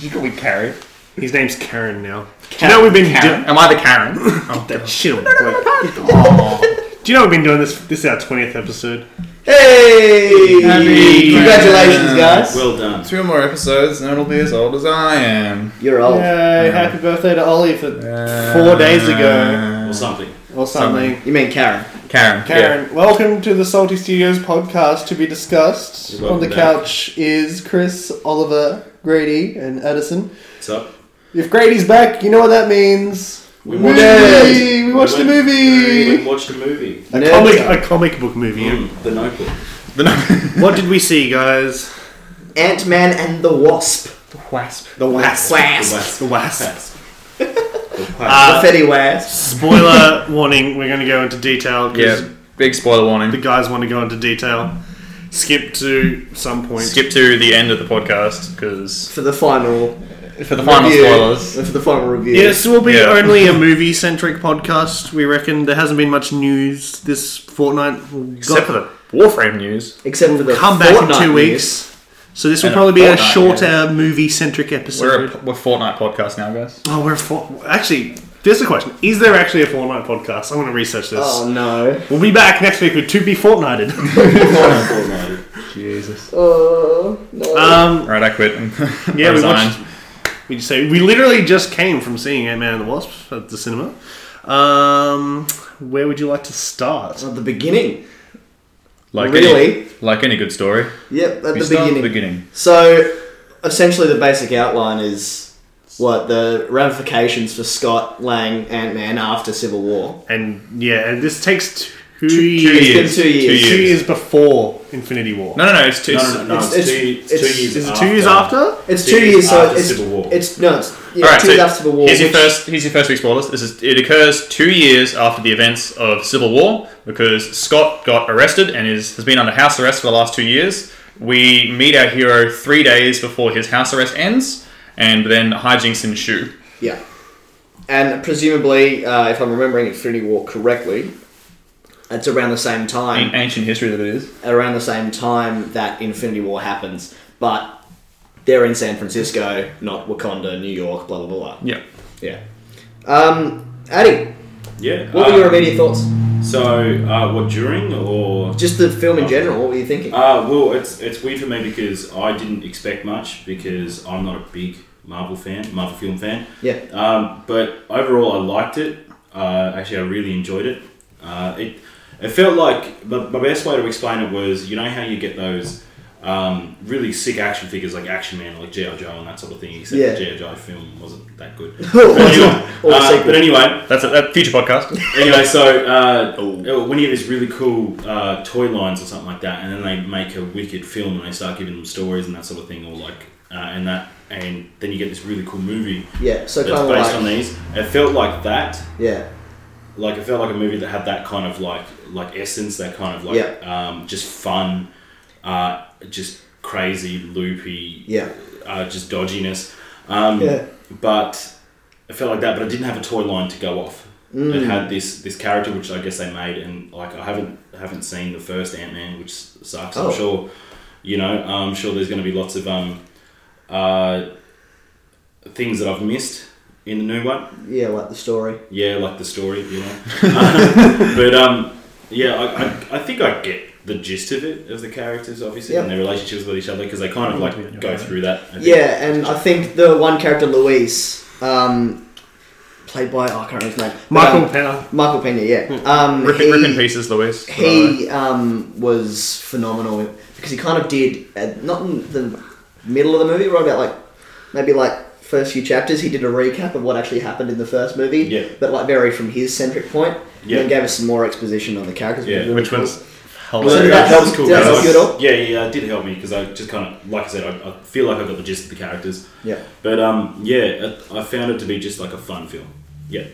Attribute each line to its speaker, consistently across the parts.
Speaker 1: You call me Karen.
Speaker 2: His name's Karen now. Do you know we've been
Speaker 1: Karen?
Speaker 2: doing
Speaker 1: Am I the Karen? oh,
Speaker 2: that shit on the plate.
Speaker 1: oh.
Speaker 2: Do you know we've been doing this? This is our twentieth episode.
Speaker 3: Hey!
Speaker 1: Happy
Speaker 3: Congratulations, guys.
Speaker 4: Well done.
Speaker 1: Two more episodes and it'll be as old as I am.
Speaker 3: You're old.
Speaker 5: Yay, happy birthday to Ollie for four days ago
Speaker 4: Or something.
Speaker 5: or something.
Speaker 3: You mean Karen?
Speaker 1: Uh, Karen.
Speaker 5: Karen, welcome to the Salty Studios podcast to be discussed.
Speaker 4: You're
Speaker 5: On the
Speaker 4: welcome back.
Speaker 5: couch is Chris, Oliver, Grady, and Addison.
Speaker 4: What's up?
Speaker 5: If Grady's back, you know what that means.
Speaker 4: We
Speaker 5: Movie!
Speaker 4: watched it.
Speaker 5: We watched a
Speaker 4: went-
Speaker 5: movie!
Speaker 4: We went and watched a movie.
Speaker 5: A
Speaker 3: Nerd
Speaker 2: Comic,
Speaker 5: time.
Speaker 2: a comic book movie. eh?
Speaker 4: Mm, the Notebook.
Speaker 1: The no-
Speaker 2: What did we see, guys?
Speaker 3: Ant Man and the Wasp.
Speaker 2: Wasp.
Speaker 3: The Wasp.
Speaker 4: The
Speaker 3: Wasp.
Speaker 4: Wasp.
Speaker 2: The Wasp.
Speaker 4: The
Speaker 3: The
Speaker 4: Wasp.
Speaker 1: Ah.
Speaker 3: Fetty Wasp.
Speaker 2: Spoiler warning. We're going to go into detail because
Speaker 1: yeah, big spoiler warning.
Speaker 2: the guys want to go into detail. Skip to some point.
Speaker 1: Skip to the end of the podcast because
Speaker 3: For the final.
Speaker 1: for the final
Speaker 3: review,
Speaker 1: spoilers.
Speaker 3: For the final review.
Speaker 2: Yes, we'll be
Speaker 1: Yeah.
Speaker 2: only a movie centric podcast. We reckon there hasn't been much news this fortnight. We've
Speaker 1: Except
Speaker 2: got-
Speaker 1: for the Warframe news.
Speaker 3: Except for the
Speaker 2: come back in
Speaker 3: Fortnite
Speaker 2: two
Speaker 3: news.
Speaker 2: weeks. So this will
Speaker 1: And a
Speaker 2: probably be a
Speaker 1: fortnight,
Speaker 2: shorter movie centric
Speaker 1: We're a,
Speaker 2: episode.
Speaker 1: we're Fortnite podcast now, guys.
Speaker 2: oh, we're for- actually. There's a question: Is there actually a Fortnite podcast? I want to research this.
Speaker 3: Oh no.
Speaker 2: We'll be back next week with To Be Fortnighted.
Speaker 4: Fortnite.
Speaker 1: Jesus.
Speaker 3: Oh no.
Speaker 2: um,
Speaker 1: Right, I quit.
Speaker 2: yeah, we
Speaker 1: Resign.
Speaker 2: watched. We just say we literally just came from seeing Ant Man and the Wasp at the cinema. Um, where would you like to start?
Speaker 3: at the beginning.
Speaker 1: Like
Speaker 3: Really?
Speaker 1: Any, like any good story,
Speaker 3: Yep, at
Speaker 1: we
Speaker 3: the
Speaker 1: start at
Speaker 3: beginning.
Speaker 1: the beginning.
Speaker 3: So, essentially, the basic outline is what the ramifications for Scott Lang Ant Man after Civil War.
Speaker 2: And yeah, and this takes two,
Speaker 3: It's
Speaker 2: years.
Speaker 3: been two years.
Speaker 2: Two years before Infinity War.
Speaker 1: No, no, no. It's two.
Speaker 4: No, no, no, no. It's,
Speaker 3: it's-
Speaker 4: two, it's
Speaker 3: it's-
Speaker 4: two
Speaker 2: Is
Speaker 4: years
Speaker 2: it
Speaker 4: after.
Speaker 2: two years after?
Speaker 3: It's
Speaker 4: Two
Speaker 3: two
Speaker 4: years
Speaker 3: years, so
Speaker 4: after
Speaker 3: it's
Speaker 4: Civil War.
Speaker 3: It's no, it's yeah,
Speaker 1: All right,
Speaker 3: two
Speaker 1: so
Speaker 3: years after Civil War.
Speaker 1: Here's your
Speaker 3: which-
Speaker 1: first. Here's your first week spoilers. This is it occurs two years after the events of Civil War because Scott got arrested and is has been under house arrest for the last two years. We meet our hero three days before his house arrest ends, and then hijinks ensue.
Speaker 3: Yeah, and presumably, uh, if I'm remembering Infinity War correctly, it's around the same
Speaker 1: In
Speaker 3: time.
Speaker 1: ancient history, that it is.
Speaker 3: Around the same time that Infinity War happens, but they're in San Francisco, not Wakanda, New York, blah blah blah.
Speaker 1: Yeah.
Speaker 3: Yeah. Um, Addy,
Speaker 4: Yeah.
Speaker 3: what were your
Speaker 4: um,
Speaker 3: immediate thoughts?
Speaker 4: So, uh, what, during or.
Speaker 3: Just the film in general. What were you thinking?
Speaker 4: Uh, well, it's it's weird for me because I didn't expect much because I'm not a big Marvel fan, Marvel film fan.
Speaker 3: yeah.
Speaker 4: Um, but overall, I liked it. Uh, actually, I really enjoyed it. Uh, it it felt like the, the best way to explain it was you know how you get those um, really sick action figures like Action Man, like GI Joe, and that sort of thing. Except
Speaker 3: Yeah.
Speaker 4: the GI Joe film wasn't that good.
Speaker 3: Or
Speaker 4: But anyway,
Speaker 3: or
Speaker 4: uh,
Speaker 3: sequel.
Speaker 4: but anyway,
Speaker 1: That's a that future podcast.
Speaker 4: anyway, so uh,
Speaker 3: Oh.
Speaker 4: when you have these really cool uh, toy lines or something like that, and then they make a wicked film and they start giving them stories and that sort of thing, or like uh, and that, and then you get this really cool movie
Speaker 3: yeah. So kind
Speaker 4: that's
Speaker 3: of
Speaker 4: based on
Speaker 3: like
Speaker 4: these. It felt like that.
Speaker 3: yeah.
Speaker 4: Like it felt like a movie that had that kind of like like essence, that kind of like um, just fun, uh, just crazy, loopy,
Speaker 3: Yeah.
Speaker 4: uh, just dodginess. Um,
Speaker 3: Yeah.
Speaker 4: But it felt like that, but it didn't have a toy line to go off.
Speaker 3: Mm.
Speaker 4: It had this this character, which I guess they made, and like I haven't haven't seen the first Ant Man, which sucks.
Speaker 3: Oh.
Speaker 4: I'm sure, you know, I'm sure there's going to be lots of um, uh, things that I've missed in the new one
Speaker 3: Yeah, like the story.
Speaker 4: yeah, like the story, you know. but um, yeah, I, I, I think I get the gist of it of the characters, obviously, and
Speaker 3: Yeah.
Speaker 4: their relationships with each other because they kind of like go through that. a bit.
Speaker 3: Yeah, and I think the one character Luis, um, played by oh, I can't remember his name. But,
Speaker 2: Michael
Speaker 3: um,
Speaker 2: Pena.
Speaker 3: Michael Pena.
Speaker 4: Hmm.
Speaker 3: Yeah. Um,
Speaker 1: Rip,
Speaker 3: he,
Speaker 1: it, rip in pieces, Louise.
Speaker 3: He um, was phenomenal because he kind of did uh, not in the middle of the movie, right about like maybe like first few chapters. He did a recap of what actually happened in the first movie,
Speaker 4: Yeah.
Speaker 3: but like very from his centric point. And
Speaker 4: Yeah.
Speaker 3: then gave us some more exposition on the characters.
Speaker 4: Yeah,
Speaker 3: really
Speaker 1: which
Speaker 3: cool.
Speaker 1: one's
Speaker 3: Was oh.
Speaker 4: So
Speaker 3: it
Speaker 4: that,
Speaker 3: that-
Speaker 4: that was cool.
Speaker 3: did that
Speaker 4: because
Speaker 3: help you at all?
Speaker 4: Yeah, yeah, it did help me because I just kind of, like I said, I, I feel like I got the gist of the characters.
Speaker 3: Yeah.
Speaker 4: But um, yeah, it, I found it to be just like a fun film. Yeah,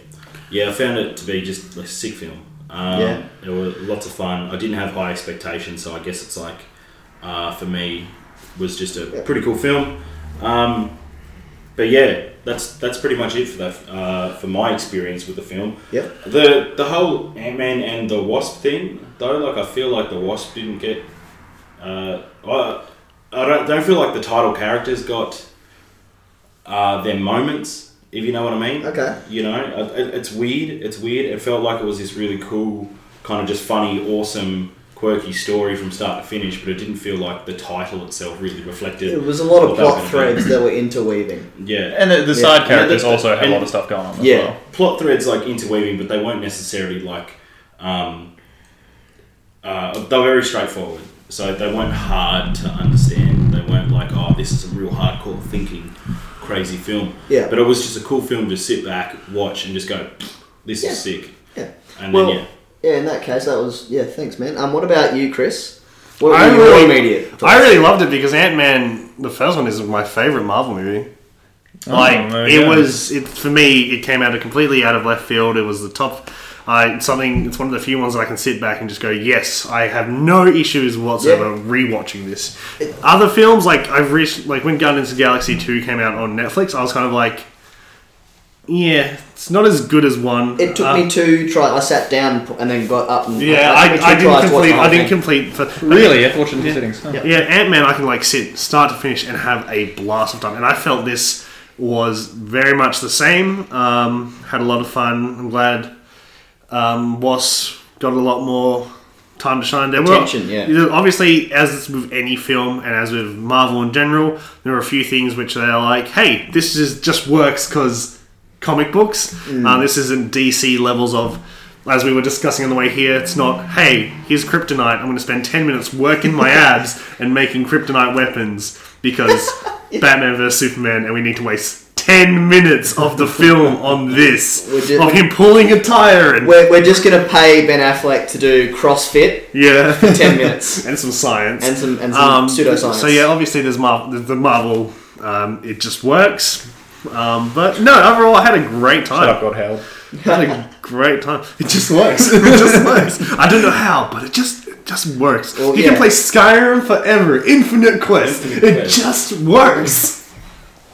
Speaker 4: yeah, I found it to be just a sick film. Um,
Speaker 3: Yeah.
Speaker 4: it was lots of fun. I didn't have high expectations, so I guess it's like uh, for me was just a
Speaker 3: Yeah.
Speaker 4: pretty cool film. Um, but yeah, that's that's pretty much it for that uh, for my experience with the film.
Speaker 3: Yep.
Speaker 4: The the whole Ant Man and the Wasp thing, though, like I feel like the Wasp didn't get. Uh, I, I don't don't feel like the title characters got uh, their moments, if you know what I mean.
Speaker 3: Okay.
Speaker 4: You know, it, it's weird. It's weird. It felt like it was this really cool, kind of just funny, awesome, quirky story from start to finish, but it didn't feel like the title itself really reflected.
Speaker 3: It was a lot of
Speaker 4: what that was
Speaker 3: plot
Speaker 4: gonna be.
Speaker 3: threads that were interweaving.
Speaker 4: Yeah.
Speaker 1: And the, the
Speaker 3: Yeah.
Speaker 1: side characters
Speaker 4: Yeah, the-
Speaker 1: also had a
Speaker 4: and-
Speaker 1: lot of stuff going on. As
Speaker 3: Yeah.
Speaker 1: Well.
Speaker 4: plot threads like interweaving, but they weren't necessarily like um, uh, they were very straightforward. So they weren't hard to understand. They weren't like, oh, this is a real hardcore thinking, crazy film.
Speaker 3: Yeah.
Speaker 4: But it was just a cool film to sit back, watch, and just go, this
Speaker 3: Yeah.
Speaker 4: is sick.
Speaker 3: Yeah.
Speaker 4: And
Speaker 3: Well,
Speaker 4: then
Speaker 3: yeah, in that case, that was yeah. Thanks, man. Um, what about you, Chris? What
Speaker 2: I
Speaker 3: were your
Speaker 2: really-
Speaker 3: immediate? thoughts?
Speaker 2: I really loved it because Ant Man, the first one, is my favorite Marvel movie. Like
Speaker 1: Oh, there you
Speaker 2: it
Speaker 1: go.
Speaker 2: was, it, for me, it came out of completely out of left field. It was the top. I it's something. It's one of the few ones that I can sit back and just go, yes, I have no issues whatsoever rewatching this. Other films, like I've reached, like when Guardians of the Galaxy Two came out on Netflix, I was kind of like, yeah, it's not as good as one.
Speaker 3: It took
Speaker 2: Uh,
Speaker 3: me two try. I sat down and then got up. And,
Speaker 2: Yeah,
Speaker 3: it took me
Speaker 2: I, I
Speaker 3: two
Speaker 2: didn't
Speaker 3: tries to watch
Speaker 2: complete.
Speaker 3: the whole
Speaker 2: I didn't
Speaker 3: thing.
Speaker 2: complete. For,
Speaker 1: Really, I watched it in two sittings. Oh.
Speaker 2: Yeah, Ant Man, I can like sit start to finish and have a blast of time. And I felt this was very much the same. Um, had a lot of fun. I'm glad um, Was got a lot more time to shine. There were
Speaker 3: Attention, yeah.
Speaker 2: you know, obviously, as with any film and as with Marvel in general, there are a few things which they're like, "Hey, this is just works because comic books.
Speaker 3: Mm.
Speaker 2: Uh, this isn't DC levels of." As we were discussing on the way here, it's not, hey, here's kryptonite. I'm going to spend 10 minutes working my abs and making kryptonite weapons because Batman vs. Superman, and we need to waste 10 minutes of the film on this.
Speaker 3: We're just-
Speaker 2: of him pulling a tire and.
Speaker 3: We're, we're just gonna pay Ben Affleck to do CrossFit
Speaker 2: Yeah.
Speaker 3: for ten minutes
Speaker 2: and some science Um,
Speaker 3: and some and some pseudoscience.
Speaker 2: So yeah, obviously there's Mar- the, the Marvel. Um, it just works. Um, but no, overall I had a great
Speaker 1: Shut up,
Speaker 2: time.
Speaker 1: God, Howard.
Speaker 2: had a great time. It just works. it just works. I don't know how, but it just it just works.
Speaker 3: Well,
Speaker 2: you
Speaker 3: yeah.
Speaker 2: can play Skyrim forever, Infinite Quest.
Speaker 4: Infinite
Speaker 2: it
Speaker 4: Quest.
Speaker 2: just works.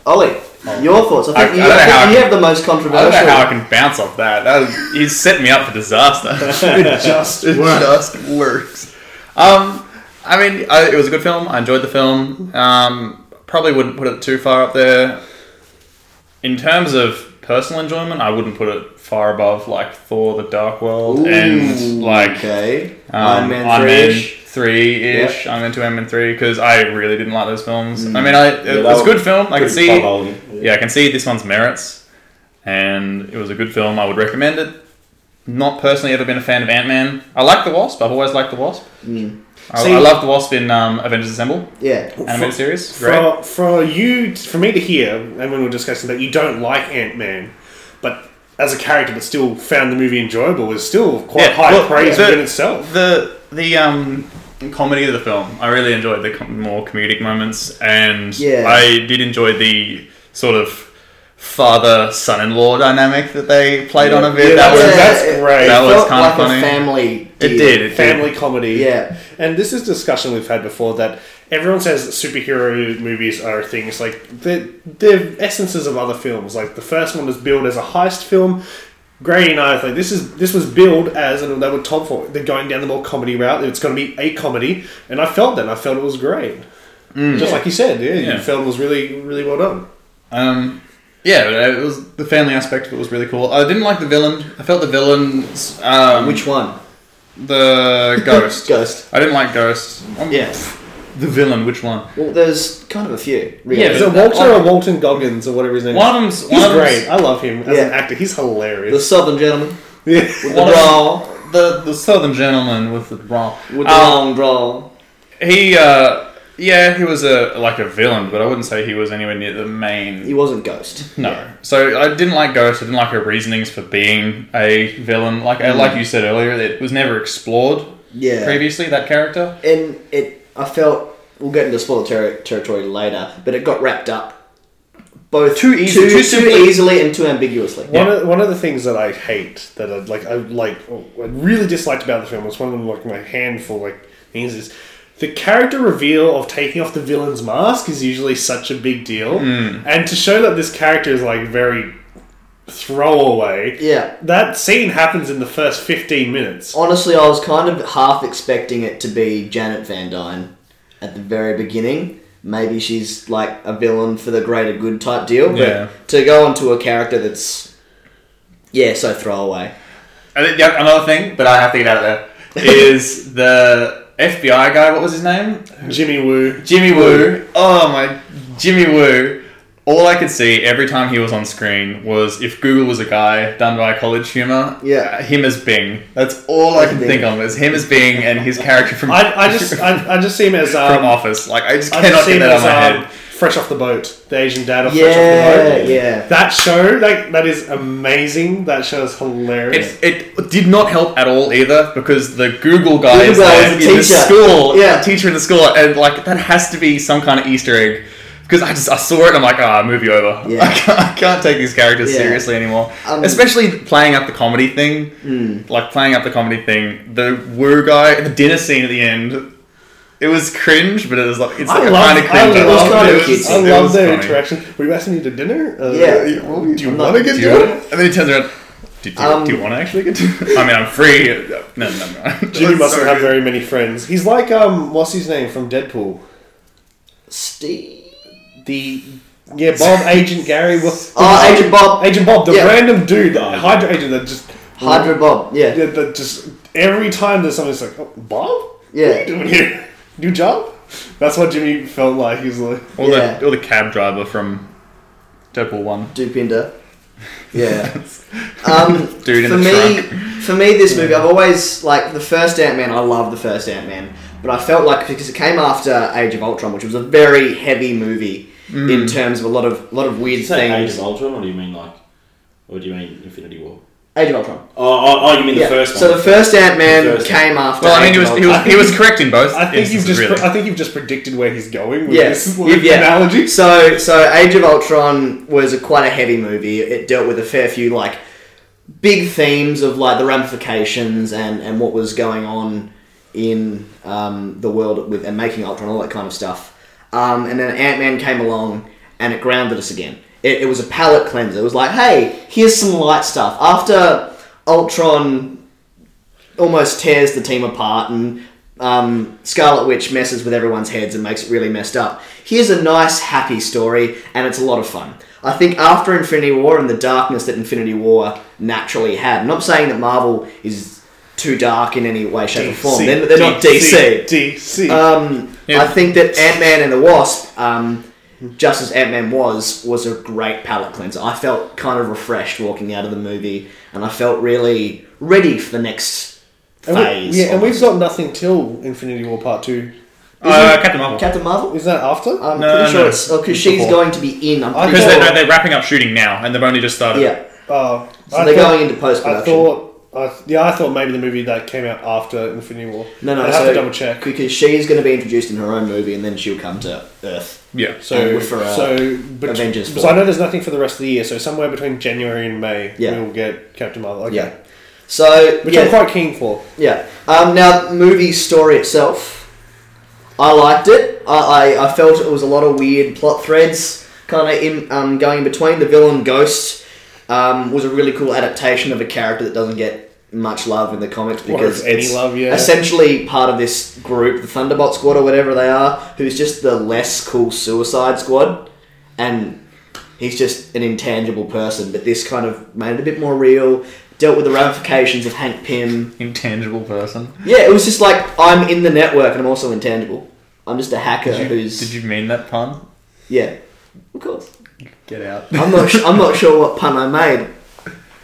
Speaker 3: Ollie, your thoughts? I
Speaker 1: I-
Speaker 3: think you,
Speaker 1: I don't
Speaker 3: I
Speaker 1: know
Speaker 3: think
Speaker 1: how I
Speaker 3: you
Speaker 1: can-
Speaker 3: have the most
Speaker 1: I
Speaker 3: controversial.
Speaker 1: don't know how I can bounce off that. that was, he's set me up for disaster.
Speaker 2: It just
Speaker 1: It
Speaker 2: works.
Speaker 1: just works. Um, I mean, I, it was a good film. I enjoyed the film. Um, probably wouldn't put it too far up there. In terms of personal enjoyment, I wouldn't put it far above like Thor: The Dark World and like
Speaker 3: okay,
Speaker 1: um,
Speaker 3: Iron Man
Speaker 1: Iron Man
Speaker 3: three.
Speaker 1: three ish. Iron Man two, Iron Man three, because I really didn't like those films. I mean, I it was a good film. I could see. Yeah, I can see this one's merits, and it was a good film. I would recommend it. Not personally ever been a fan of Ant Man. I like the Wasp. I've always liked the Wasp.
Speaker 2: Mm.
Speaker 1: I,
Speaker 2: See-
Speaker 1: I love the Wasp in um, Avengers Assemble
Speaker 3: Yeah,
Speaker 1: animated series. Great.
Speaker 2: For, for you, for me to hear, and when we were discussing that you don't like Ant Man, but as a character, but still found the movie enjoyable, is still quite
Speaker 1: Yeah,
Speaker 2: high
Speaker 1: well,
Speaker 2: praise
Speaker 1: the-
Speaker 2: within itself.
Speaker 1: the the um comedy of the film. I really enjoyed the com- more comedic moments, and
Speaker 3: Yeah.
Speaker 1: I did enjoy the sort of father son in law dynamic that they played on a bit.
Speaker 2: Yeah,
Speaker 1: that was
Speaker 2: that's-
Speaker 1: that,
Speaker 2: that's great.
Speaker 1: was
Speaker 3: felt
Speaker 1: kinda
Speaker 3: like
Speaker 1: funny.
Speaker 3: A family.
Speaker 1: it
Speaker 3: deal.
Speaker 1: did. It
Speaker 2: Family
Speaker 1: Did.
Speaker 2: comedy.
Speaker 3: Yeah.
Speaker 2: And this is a discussion we've had before that everyone says that superhero movies are things like they're, they're essences of other films. Like the first one was billed as a heist film. Grey and I was like this is this was billed as and they were told for they're going down the more comedy route. It's going to be a comedy, and I felt that. and I felt it was great. Just like you said, yeah,
Speaker 1: Mm. Yeah.
Speaker 2: you felt it was really really well done.
Speaker 1: Um, yeah, but it was the family aspect of it was really cool. I didn't like the villain. I felt the villain's um,
Speaker 3: Which one?
Speaker 1: the ghost.
Speaker 3: Ghost.
Speaker 1: I didn't like ghosts. Um,
Speaker 3: Yeah.
Speaker 1: The villain. Which one?
Speaker 3: Well, there's kind of a few. Really.
Speaker 1: Yeah,
Speaker 2: Is
Speaker 1: but-
Speaker 2: it Walter or Walton Goggins or whatever his name
Speaker 1: One
Speaker 2: is?
Speaker 1: of them's one
Speaker 2: He's
Speaker 1: of them's-
Speaker 2: great. I love him as
Speaker 3: Yeah.
Speaker 2: an actor. He's
Speaker 3: the
Speaker 2: hilarious.
Speaker 3: Southern gentleman
Speaker 2: Yeah.
Speaker 3: with the
Speaker 1: One of-
Speaker 3: drawl.
Speaker 1: The the southern gentleman with the bra.
Speaker 3: With the
Speaker 1: Um,
Speaker 3: long drawl.
Speaker 1: he uh, yeah, he was a like a villain, but I wouldn't say he was anywhere near the main.
Speaker 3: He wasn't Ghost.
Speaker 1: No. So I didn't like Ghost. I didn't like her reasonings for being a villain. Like uh, like you said earlier, it was never explored
Speaker 3: Mm. Yeah.
Speaker 1: previously. That character.
Speaker 3: and it I felt we'll get into spoiler ter- territory later, but it got wrapped up both
Speaker 1: Too easy- too simply.
Speaker 3: easily and too ambiguously.
Speaker 2: One, of, one of the things that I hate that I like I like I really disliked about the film was one of them like my handful like things is the character reveal of taking off the villain's mask is usually such a big deal, and to show that this character is like very throwaway,
Speaker 3: Yeah. Oh.
Speaker 2: that scene happens in the first fifteen minutes.
Speaker 3: Honestly, I was kind of half expecting it to be Janet Van Dyne at the very beginning maybe she's like a villain for the greater good type deal. But
Speaker 1: Yeah.
Speaker 3: to go onto a character that's yeah, so throwaway.
Speaker 1: I think the, another thing, but I have to get out of there, is the FBI guy. What was his name?
Speaker 2: Jimmy Woo.
Speaker 1: Jimmy Woo. Oh my, Jimmy Woo. All I could see every time he was on screen was if Google was a guy done by college humor.
Speaker 3: Yeah.
Speaker 1: him as Bing. That's all I
Speaker 3: As
Speaker 1: can
Speaker 3: Bing.
Speaker 1: think of is him as Bing and his character from
Speaker 2: I, I just I, I just see him as um,
Speaker 1: from Office. Like I just
Speaker 2: I
Speaker 1: cannot
Speaker 2: just see
Speaker 1: get
Speaker 2: him
Speaker 1: that out
Speaker 2: as
Speaker 1: of my
Speaker 2: um,
Speaker 1: head.
Speaker 2: fresh off the boat, the Asian dad of fresh off the
Speaker 3: Yeah,
Speaker 2: boat.
Speaker 3: yeah.
Speaker 2: That show, like that is amazing. That show is hilarious.
Speaker 1: It, it did not help at all either because the Google guy
Speaker 3: Google
Speaker 1: is
Speaker 3: guy
Speaker 1: there
Speaker 3: is a
Speaker 1: in the
Speaker 3: teacher.
Speaker 1: school,
Speaker 3: Yeah.
Speaker 1: a teacher in the school, and like that has to be some kind of Easter egg because I just I saw it and I'm like, ah, movie over.
Speaker 3: Yeah.
Speaker 1: I, can't, I can't take these characters
Speaker 3: Yeah.
Speaker 1: seriously anymore.
Speaker 3: Um, Hmm.
Speaker 1: Especially playing up the comedy thing, like playing up the comedy thing. The woo guy, the dinner scene at the end. It was cringe, but it was like it's
Speaker 2: I
Speaker 1: like
Speaker 2: love,
Speaker 1: a kind of cringe.
Speaker 2: I
Speaker 3: It was
Speaker 2: love,
Speaker 3: kinda
Speaker 2: their-
Speaker 3: cute.
Speaker 2: I
Speaker 1: It
Speaker 2: love
Speaker 1: was
Speaker 2: their
Speaker 1: funny.
Speaker 2: interaction. Were you asking me to dinner? Uh,
Speaker 3: Yeah.
Speaker 2: well,
Speaker 1: Do you
Speaker 3: I'm
Speaker 1: want to
Speaker 3: not-
Speaker 1: get
Speaker 3: do
Speaker 1: to
Speaker 3: you
Speaker 1: it?
Speaker 3: wanna-
Speaker 1: And then he turns around. Do, do,
Speaker 3: Um,
Speaker 1: do you want to actually get to it? I mean, I'm free. No, no, no.
Speaker 2: Jimmy
Speaker 1: That's
Speaker 2: mustn't
Speaker 1: so
Speaker 2: have
Speaker 1: good.
Speaker 2: very many friends. He's like um, what's his name from Deadpool?
Speaker 3: Steve.
Speaker 2: The yeah, Bob Agent Gary. wa-
Speaker 3: Oh, Agent Bob.
Speaker 2: Agent Bob, the
Speaker 3: Yeah.
Speaker 2: random dude, the Hydra agent that just
Speaker 3: Hydra Bob. Yeah.
Speaker 2: Yeah, that just every time there's something, it's like, oh, Bob? What are
Speaker 3: Yeah.
Speaker 2: you doing here? New job? That's what Jimmy felt like. He was like,
Speaker 1: Or,
Speaker 3: Yeah.
Speaker 1: the, or the cab driver from Deadpool 1.
Speaker 3: Dupinder. Yeah. Um,
Speaker 1: Dude in
Speaker 3: for
Speaker 1: the
Speaker 3: me,
Speaker 1: trunk.
Speaker 3: for me, this movie, I've always like the first Ant Man. I love the first Ant Man, but I felt like because it came after Age of Ultron, which was a very heavy movie in terms of a lot of lot of weird
Speaker 4: Mm. you say Age
Speaker 3: things. Age
Speaker 4: of Ultron, or do you mean like, or do you mean Infinity War?
Speaker 3: of, Ultron.
Speaker 4: Oh, oh, oh you mean
Speaker 3: yeah.
Speaker 4: the first one?
Speaker 3: So the first Ant Man
Speaker 4: First.
Speaker 3: came after.
Speaker 1: Well, I mean,
Speaker 3: Age
Speaker 1: he
Speaker 3: of
Speaker 1: was, he
Speaker 3: Ultron.
Speaker 1: was, he was correct in both.
Speaker 2: I think you've
Speaker 1: instances,
Speaker 2: just,
Speaker 1: really.
Speaker 2: I think you've just predicted where he's going with
Speaker 3: Yes.
Speaker 2: this like,
Speaker 3: Yeah.
Speaker 2: analogy.
Speaker 3: So, so Age of Ultron was a quite a heavy movie. It dealt with a fair few like big themes of like the ramifications and and what was going on in um, the world with and making Ultron all that kind of stuff. Um, and then Ant Man came along and it grounded us again. It, it was a palate cleanser. It was like, hey, here's some light stuff. After Ultron almost tears the team apart and um, Scarlet Witch messes with everyone's heads and makes it really messed up. Here's a nice, happy story, and it's a lot of fun. I think after Infinity War and the darkness that Infinity War naturally had, I'm not saying that Marvel is too dark in any way, shape, or form. They're, they're not DC.
Speaker 2: DC.
Speaker 3: Um,
Speaker 1: Yeah.
Speaker 3: I think that Ant Man and the Wasp, um, just as Ant Man was, was a great palate cleanser. I felt kind of refreshed walking out of the movie, and I felt really ready for the next
Speaker 2: and we,
Speaker 3: phase.
Speaker 2: yeah, and we've
Speaker 3: almost.
Speaker 2: got nothing till Infinity War Part 2.
Speaker 1: Uh, Captain Marvel.
Speaker 3: Captain Marvel.
Speaker 2: Is that after?
Speaker 3: I'm
Speaker 1: No,
Speaker 3: pretty
Speaker 1: no,
Speaker 3: sure
Speaker 1: no.
Speaker 3: it's because she's
Speaker 1: Before.
Speaker 3: going to be in. I'm
Speaker 2: I
Speaker 3: pretty
Speaker 1: Because
Speaker 3: sure.
Speaker 1: they're, no, they're wrapping up shooting now, and they've only just started.
Speaker 3: yeah,
Speaker 2: Oh,
Speaker 3: so they're going into post
Speaker 2: I
Speaker 3: production.
Speaker 2: thought, I, yeah, I thought maybe the movie that came out after Infinity War.
Speaker 3: No, no,
Speaker 2: I have
Speaker 3: so
Speaker 2: to double check.
Speaker 3: because she's going to be introduced in her own movie, and then she'll come to Earth.
Speaker 1: Yeah.
Speaker 2: So,
Speaker 3: And for, uh,
Speaker 2: so, bet-
Speaker 3: Avengers
Speaker 2: so
Speaker 3: four.
Speaker 2: I know there's nothing for the rest of the year. So somewhere between January and May,
Speaker 3: Yeah.
Speaker 2: we'll get Captain Marvel. Okay.
Speaker 3: Yeah. So
Speaker 2: Which
Speaker 3: yeah,
Speaker 2: I'm quite keen for.
Speaker 3: Yeah. Um, now, movie story itself, I liked it. I, I, I felt it was a lot of weird plot threads kind of in um, going in between. The villain Ghost um, was a really cool adaptation of a character that doesn't get much love in the comics
Speaker 2: Or
Speaker 3: because
Speaker 2: if any
Speaker 3: it's
Speaker 2: love, yeah.
Speaker 3: essentially part of this group, the Thunderbolt Squad or whatever they are, who's just the less cool Suicide Squad, and he's just an intangible person. But this kind of made it a bit more real. Dealt with the ramifications of Hank Pym.
Speaker 1: Intangible person.
Speaker 3: Yeah, it was just like I'm in the network and I'm also intangible. I'm just a hacker who's
Speaker 1: Did you mean that pun?
Speaker 3: yeah. Of course,
Speaker 1: Get out.
Speaker 3: I'm not. Sh- I'm not sure what pun I made.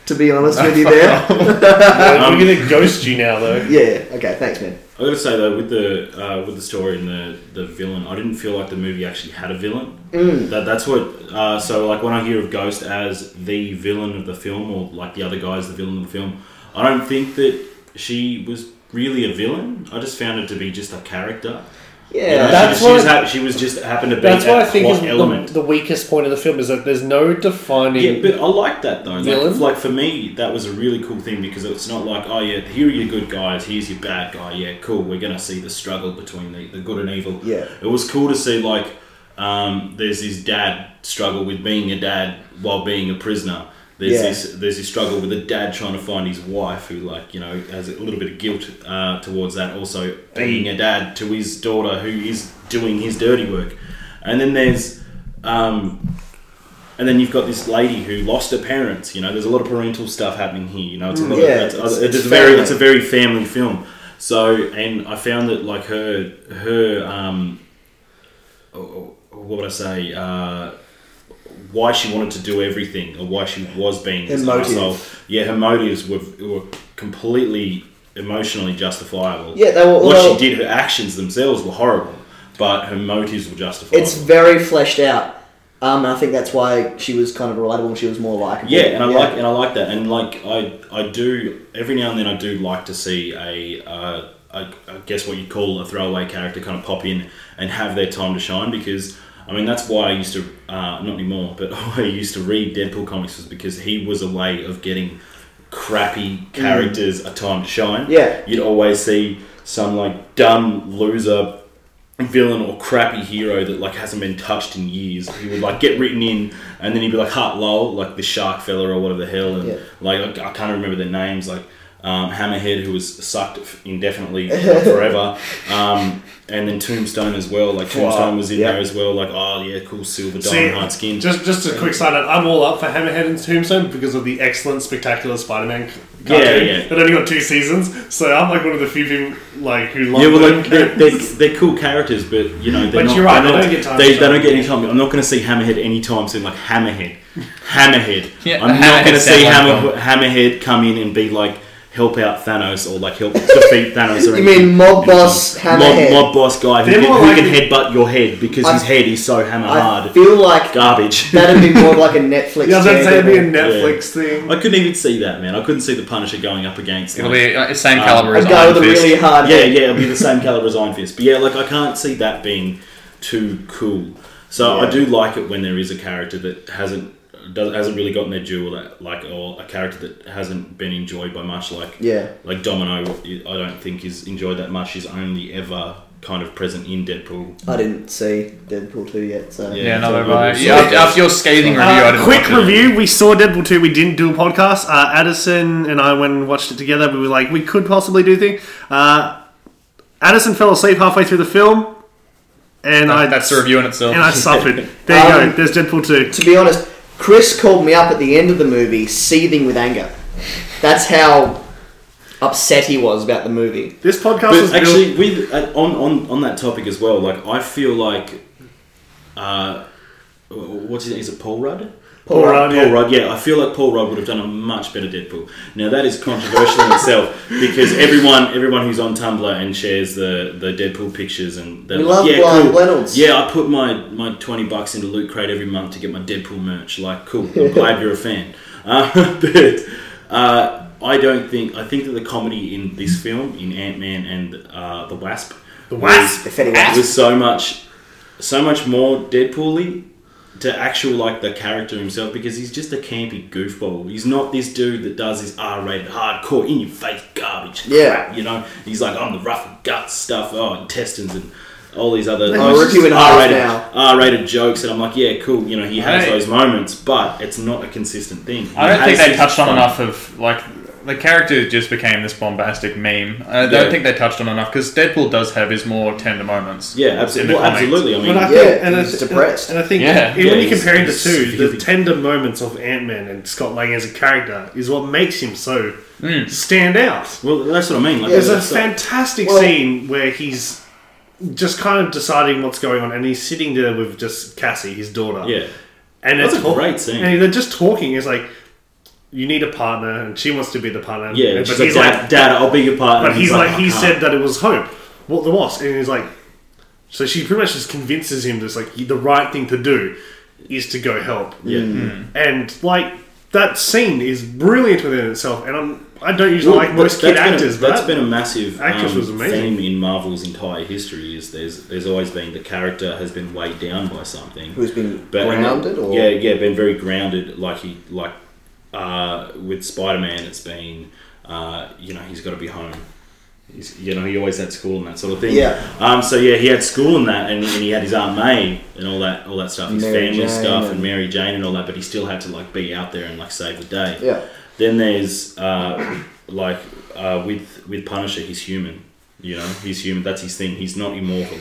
Speaker 3: To be honest with you, there.
Speaker 2: We're gonna ghost you now, though.
Speaker 3: yeah. Okay. Thanks, man.
Speaker 4: I gotta say though, with the uh, with the story and the, the villain, I didn't feel like the movie actually had a villain.
Speaker 2: Mm.
Speaker 4: That that's what. Uh, so like when I hear of Ghost as the villain of the film, or like the other guy's the villain of the film, I don't think that she was really a villain. I just found it to be just a character.
Speaker 3: Yeah.
Speaker 4: You know, she
Speaker 2: That's
Speaker 4: just- she, was
Speaker 2: what-
Speaker 4: hap- she was just happened to be
Speaker 2: That's
Speaker 4: that
Speaker 2: what I think
Speaker 4: plot
Speaker 2: is
Speaker 4: element.
Speaker 2: the, the weakest point of the film is that there's no defining.
Speaker 4: Yeah, but I like that though. Like,
Speaker 2: Villain?
Speaker 4: like for me, that was a really cool thing because it's not like, oh yeah, here are your good guys, here's your bad guy. Yeah, cool. We're gonna see the struggle between the, the good and evil.
Speaker 3: Yeah.
Speaker 4: it was cool to see like um, there's this dad struggle with being a dad while being a prisoner. There's
Speaker 3: Yeah.
Speaker 4: this there's this struggle with a dad trying to find his wife who like you know has a little bit of guilt uh, towards that. Also being a dad to his daughter who is doing his dirty work. And then there's, um, and then you've got this lady who lost her parents. You know, there's a lot of parental stuff happening here. You know, it's a lot
Speaker 3: Mm, Yeah,
Speaker 4: of, it's,
Speaker 3: it's-
Speaker 4: it's,
Speaker 3: it's
Speaker 4: a very
Speaker 3: family.
Speaker 4: it's a very family film. So, and I found that like her her um, oh, oh, what would I say? Uh, why she wanted to do everything, or why she was being this
Speaker 3: Her motive.
Speaker 4: arsehole. Yeah, her motives were, were completely emotionally justifiable.
Speaker 3: Yeah, they were-
Speaker 4: What
Speaker 3: well-
Speaker 4: she did, her actions themselves were horrible, but her motives were justifiable.
Speaker 3: It's very fleshed out. Um, and I think that's why she was kind of relatable. and She was more likable.
Speaker 4: yeah, and I like and I like that, and like I I do every now and then I do like to see a. Uh, I, I guess what you'd call a throwaway character kind of pop in and have their time to shine because I mean that's why I used to uh, not anymore but I used to read Deadpool comics was because he was a way of getting crappy characters a time to shine
Speaker 3: Yeah.
Speaker 4: you'd always see some like dumb loser villain or crappy hero that like hasn't been touched in years. He would like get written in, and then he'd be like, "Hot lol," like the shark fella or whatever the hell, and
Speaker 3: Yeah.
Speaker 4: like I, I can't remember their names, like. Um, Hammerhead, who was sucked f- indefinitely like, forever, um, and then Tombstone as well. Like Tombstone was in
Speaker 3: yeah.
Speaker 4: there as well. Like, oh yeah, cool silver
Speaker 2: See,
Speaker 4: diamond hard skin.
Speaker 2: Just, just a quick side note. I'm all up for Hammerhead and Tombstone because of the excellent, spectacular Spider-Man c-
Speaker 4: Yeah,
Speaker 2: cartoon.
Speaker 4: yeah.
Speaker 2: It only got two seasons, so I'm like one of the few people like who love
Speaker 4: Yeah, well,
Speaker 2: them
Speaker 4: like, they're, they're,
Speaker 2: characters.
Speaker 4: they're cool characters, but you know, they're
Speaker 2: But
Speaker 4: not,
Speaker 2: you're right,
Speaker 4: they're
Speaker 2: they
Speaker 4: not-
Speaker 2: don't get time
Speaker 4: They,
Speaker 2: to
Speaker 4: they don't
Speaker 2: shine.
Speaker 4: get any time. I'm not going to see Hammerhead anytime soon. Like Hammerhead, Hammerhead.
Speaker 1: Yeah,
Speaker 4: I'm
Speaker 1: Hammerhead
Speaker 4: not going to see
Speaker 1: sound
Speaker 4: Hammer, Hammerhead come in and be like help out Thanos or like help defeat Thanos. Or
Speaker 3: You mean
Speaker 4: anything.
Speaker 3: mob boss Hammerhead?
Speaker 4: Mob, mob boss guy who,
Speaker 2: They're
Speaker 4: can,
Speaker 2: more
Speaker 4: who
Speaker 2: like-
Speaker 4: can headbutt your head because
Speaker 3: I-
Speaker 4: his head is so hammer
Speaker 3: I
Speaker 4: hard.
Speaker 3: feel like
Speaker 4: Garbage.
Speaker 3: that'd be more of like a Netflix.
Speaker 2: Yeah, I was gonna say it'd be a
Speaker 3: Daredevil.
Speaker 2: Netflix thing.
Speaker 4: I couldn't even see that man. I couldn't see the Punisher going up against.
Speaker 1: It'll
Speaker 4: like,
Speaker 1: be uh, same
Speaker 4: Um,
Speaker 1: caliber
Speaker 3: a
Speaker 1: as
Speaker 3: guy
Speaker 1: Iron
Speaker 3: with a
Speaker 1: Fist.
Speaker 3: really hard.
Speaker 4: Yeah, yeah, it'll be the same caliber as Iron Fist. But yeah, like I can't see that being too cool. So
Speaker 3: Yeah.
Speaker 4: I do like it when there is a character that hasn't does, hasn't really gotten their due, or that, like or a character that hasn't been enjoyed by much. Like
Speaker 3: Yeah.
Speaker 4: like Domino, I don't think is enjoyed that much. He's only ever kind of present in Deadpool.
Speaker 3: I didn't see Deadpool two yet, so
Speaker 1: Yeah,
Speaker 4: so
Speaker 1: another
Speaker 4: we'll-
Speaker 1: guy.
Speaker 4: so
Speaker 1: Yeah, after, after your scathing review, I
Speaker 2: Uh,
Speaker 1: didn't
Speaker 2: quick
Speaker 1: watch it.
Speaker 2: review: We saw Deadpool two. We didn't do a podcast. Uh, Addison and I went and watched it together. We were like, we could possibly do thing. Uh, Addison fell asleep halfway through the film, and I
Speaker 1: That's the review in itself.
Speaker 2: and I suffered. There you
Speaker 3: Um,
Speaker 2: go. There's Deadpool two.
Speaker 3: to be honest, Chris called me up at the end of the movie, seething with anger. That's how upset he was about the movie.
Speaker 2: This podcast was
Speaker 4: But
Speaker 2: built-
Speaker 4: actually, with uh, on, on on that topic as well, like I feel like, uh, what's his name? Is it Paul Rudd?
Speaker 2: Paul Rudd,
Speaker 4: Paul
Speaker 2: yeah.
Speaker 4: Rudd. Yeah, I feel like Paul Rudd would have done a much better Deadpool. Now that is controversial in itself because everyone everyone who's on Tumblr and shares the, the Deadpool pictures and they're
Speaker 3: We
Speaker 4: like,
Speaker 3: love
Speaker 4: yeah,
Speaker 3: Ryan
Speaker 4: cool.
Speaker 3: Reynolds."
Speaker 4: Yeah, I put my, my twenty bucks into Loot Crate every month to get my Deadpool merch. Like, cool. I'm glad you're a fan. Uh, but uh, I don't think I think that the comedy in this film in Ant Man and uh, the Wasp, the
Speaker 2: Wasp.
Speaker 3: The Fetty
Speaker 4: was,
Speaker 3: Wasp.
Speaker 4: was so much so much more Deadpool-y to actual like the character himself because he's just a campy goofball. He's not this dude that does his R-rated hardcore in your face garbage.
Speaker 3: Yeah.
Speaker 4: crap, you know he's like I'm the rough and guts stuff, oh intestines and all these other
Speaker 3: I'll
Speaker 4: most
Speaker 3: rip you in half
Speaker 4: R-rated
Speaker 3: now.
Speaker 4: R-rated jokes, and I'm like, yeah, cool. You know he has
Speaker 1: Hey.
Speaker 4: those moments, but it's not a consistent thing. He
Speaker 1: I don't think
Speaker 4: has
Speaker 1: they
Speaker 4: his
Speaker 1: touched on
Speaker 4: fun.
Speaker 1: enough of like the character just became this bombastic meme. I don't
Speaker 4: Yeah.
Speaker 1: think they touched on enough because Deadpool does have his more tender moments.
Speaker 4: Yeah, absolutely.
Speaker 1: in
Speaker 4: Well,
Speaker 1: the comics.
Speaker 4: absolutely. I mean,
Speaker 2: But I
Speaker 3: Yeah,
Speaker 2: think, and
Speaker 3: he's
Speaker 2: it's-
Speaker 3: depressed.
Speaker 2: And I think
Speaker 1: Yeah.
Speaker 2: even when
Speaker 4: Yeah,
Speaker 2: you
Speaker 4: he's-
Speaker 2: compare the
Speaker 4: he's
Speaker 2: two, the
Speaker 4: feeling-
Speaker 2: tender moments of Ant Man and Scott Lang as a character is what makes him so stand out.
Speaker 4: well, that's what I mean. Like,
Speaker 2: There's a
Speaker 4: that's-
Speaker 2: fantastic
Speaker 3: Well-
Speaker 2: scene where he's just kind of deciding what's going on, and he's sitting there with just Cassie, his daughter.
Speaker 4: yeah.
Speaker 2: and
Speaker 4: That's
Speaker 2: they're
Speaker 4: a great scene.
Speaker 2: And they're just talking. It's like you need a partner, and she wants to be the partner.
Speaker 4: Yeah,
Speaker 2: but
Speaker 4: she's
Speaker 2: he's
Speaker 4: like,
Speaker 2: like,
Speaker 4: Dad, Dad, I'll be your partner.
Speaker 2: but he's like,
Speaker 4: "I
Speaker 2: he
Speaker 4: can't."
Speaker 2: said that it was hope, what the wasp, and he's like, so she pretty much just convinces him this like the right thing to do is to go help,
Speaker 4: Yeah.
Speaker 2: and like that scene is brilliant within itself, and I'm I don't usually like
Speaker 4: Well,
Speaker 2: most kid
Speaker 4: that's been a-
Speaker 2: actors, but
Speaker 4: that's been a massive
Speaker 2: actress
Speaker 4: um,
Speaker 2: was amazing.
Speaker 4: theme in Marvel's entire history. Is there's there's always been the character has been weighed down by something.
Speaker 3: who's been
Speaker 4: But- and-
Speaker 3: grounded or
Speaker 4: yeah, yeah, been very grounded. Like he like uh, with Spider Man, it's been uh, you know he's got to be home. He's, you know he always had school and that sort of thing.
Speaker 3: Yeah.
Speaker 4: Um. So yeah, he had school and that, and, and he had his aunt May and all that all that stuff, his
Speaker 3: Mary
Speaker 4: family
Speaker 3: Jane
Speaker 4: stuff,
Speaker 3: and-
Speaker 4: and Mary Jane and all that. But he still had to like be out there and like save the day.
Speaker 3: Yeah.
Speaker 4: Then there's uh, like uh, with with Punisher, he's human. You know, he's human. That's his thing. He's not immortal.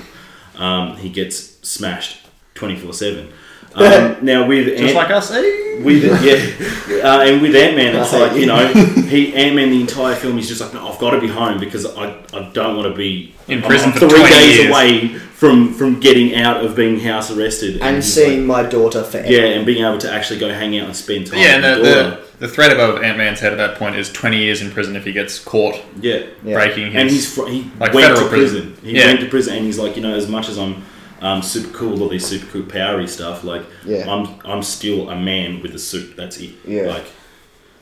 Speaker 4: Um, he gets smashed twenty four seven. Um, Now with
Speaker 1: Just
Speaker 4: Ant-
Speaker 1: like us, eh?
Speaker 4: with yeah, uh, and with Ant Man, it's
Speaker 3: I hate
Speaker 4: like you
Speaker 3: you.
Speaker 4: know, he Ant Man the entire film is just like, no, I've got to be home because I, I don't want to be
Speaker 1: In
Speaker 4: I'm-
Speaker 2: Uh-huh.
Speaker 1: prison
Speaker 4: I'm
Speaker 1: for 20
Speaker 4: days
Speaker 1: years.
Speaker 4: away from from getting out of being house arrested
Speaker 3: and
Speaker 4: he's
Speaker 3: seeing
Speaker 4: like-
Speaker 3: my daughter forever.
Speaker 4: yeah, and being able to actually go hang out and spend time.
Speaker 1: Yeah, and
Speaker 4: with
Speaker 2: Oh,
Speaker 1: the,
Speaker 4: my
Speaker 1: the,
Speaker 4: daughter.
Speaker 1: the threat above Ant Man's head at that point is 20 years in prison if he gets caught
Speaker 4: yeah.
Speaker 3: Yeah.
Speaker 1: breaking his.
Speaker 4: and he's fr- he
Speaker 1: Like
Speaker 4: went
Speaker 1: federal
Speaker 4: to prison. He
Speaker 1: Yeah.
Speaker 4: went to prison, and he's like, you know, as much as I'm um, super cool, all this super cool powery stuff, like,
Speaker 3: Yeah.
Speaker 4: I'm I'm still a man with a suit. That's it.
Speaker 3: Yeah.
Speaker 4: Like,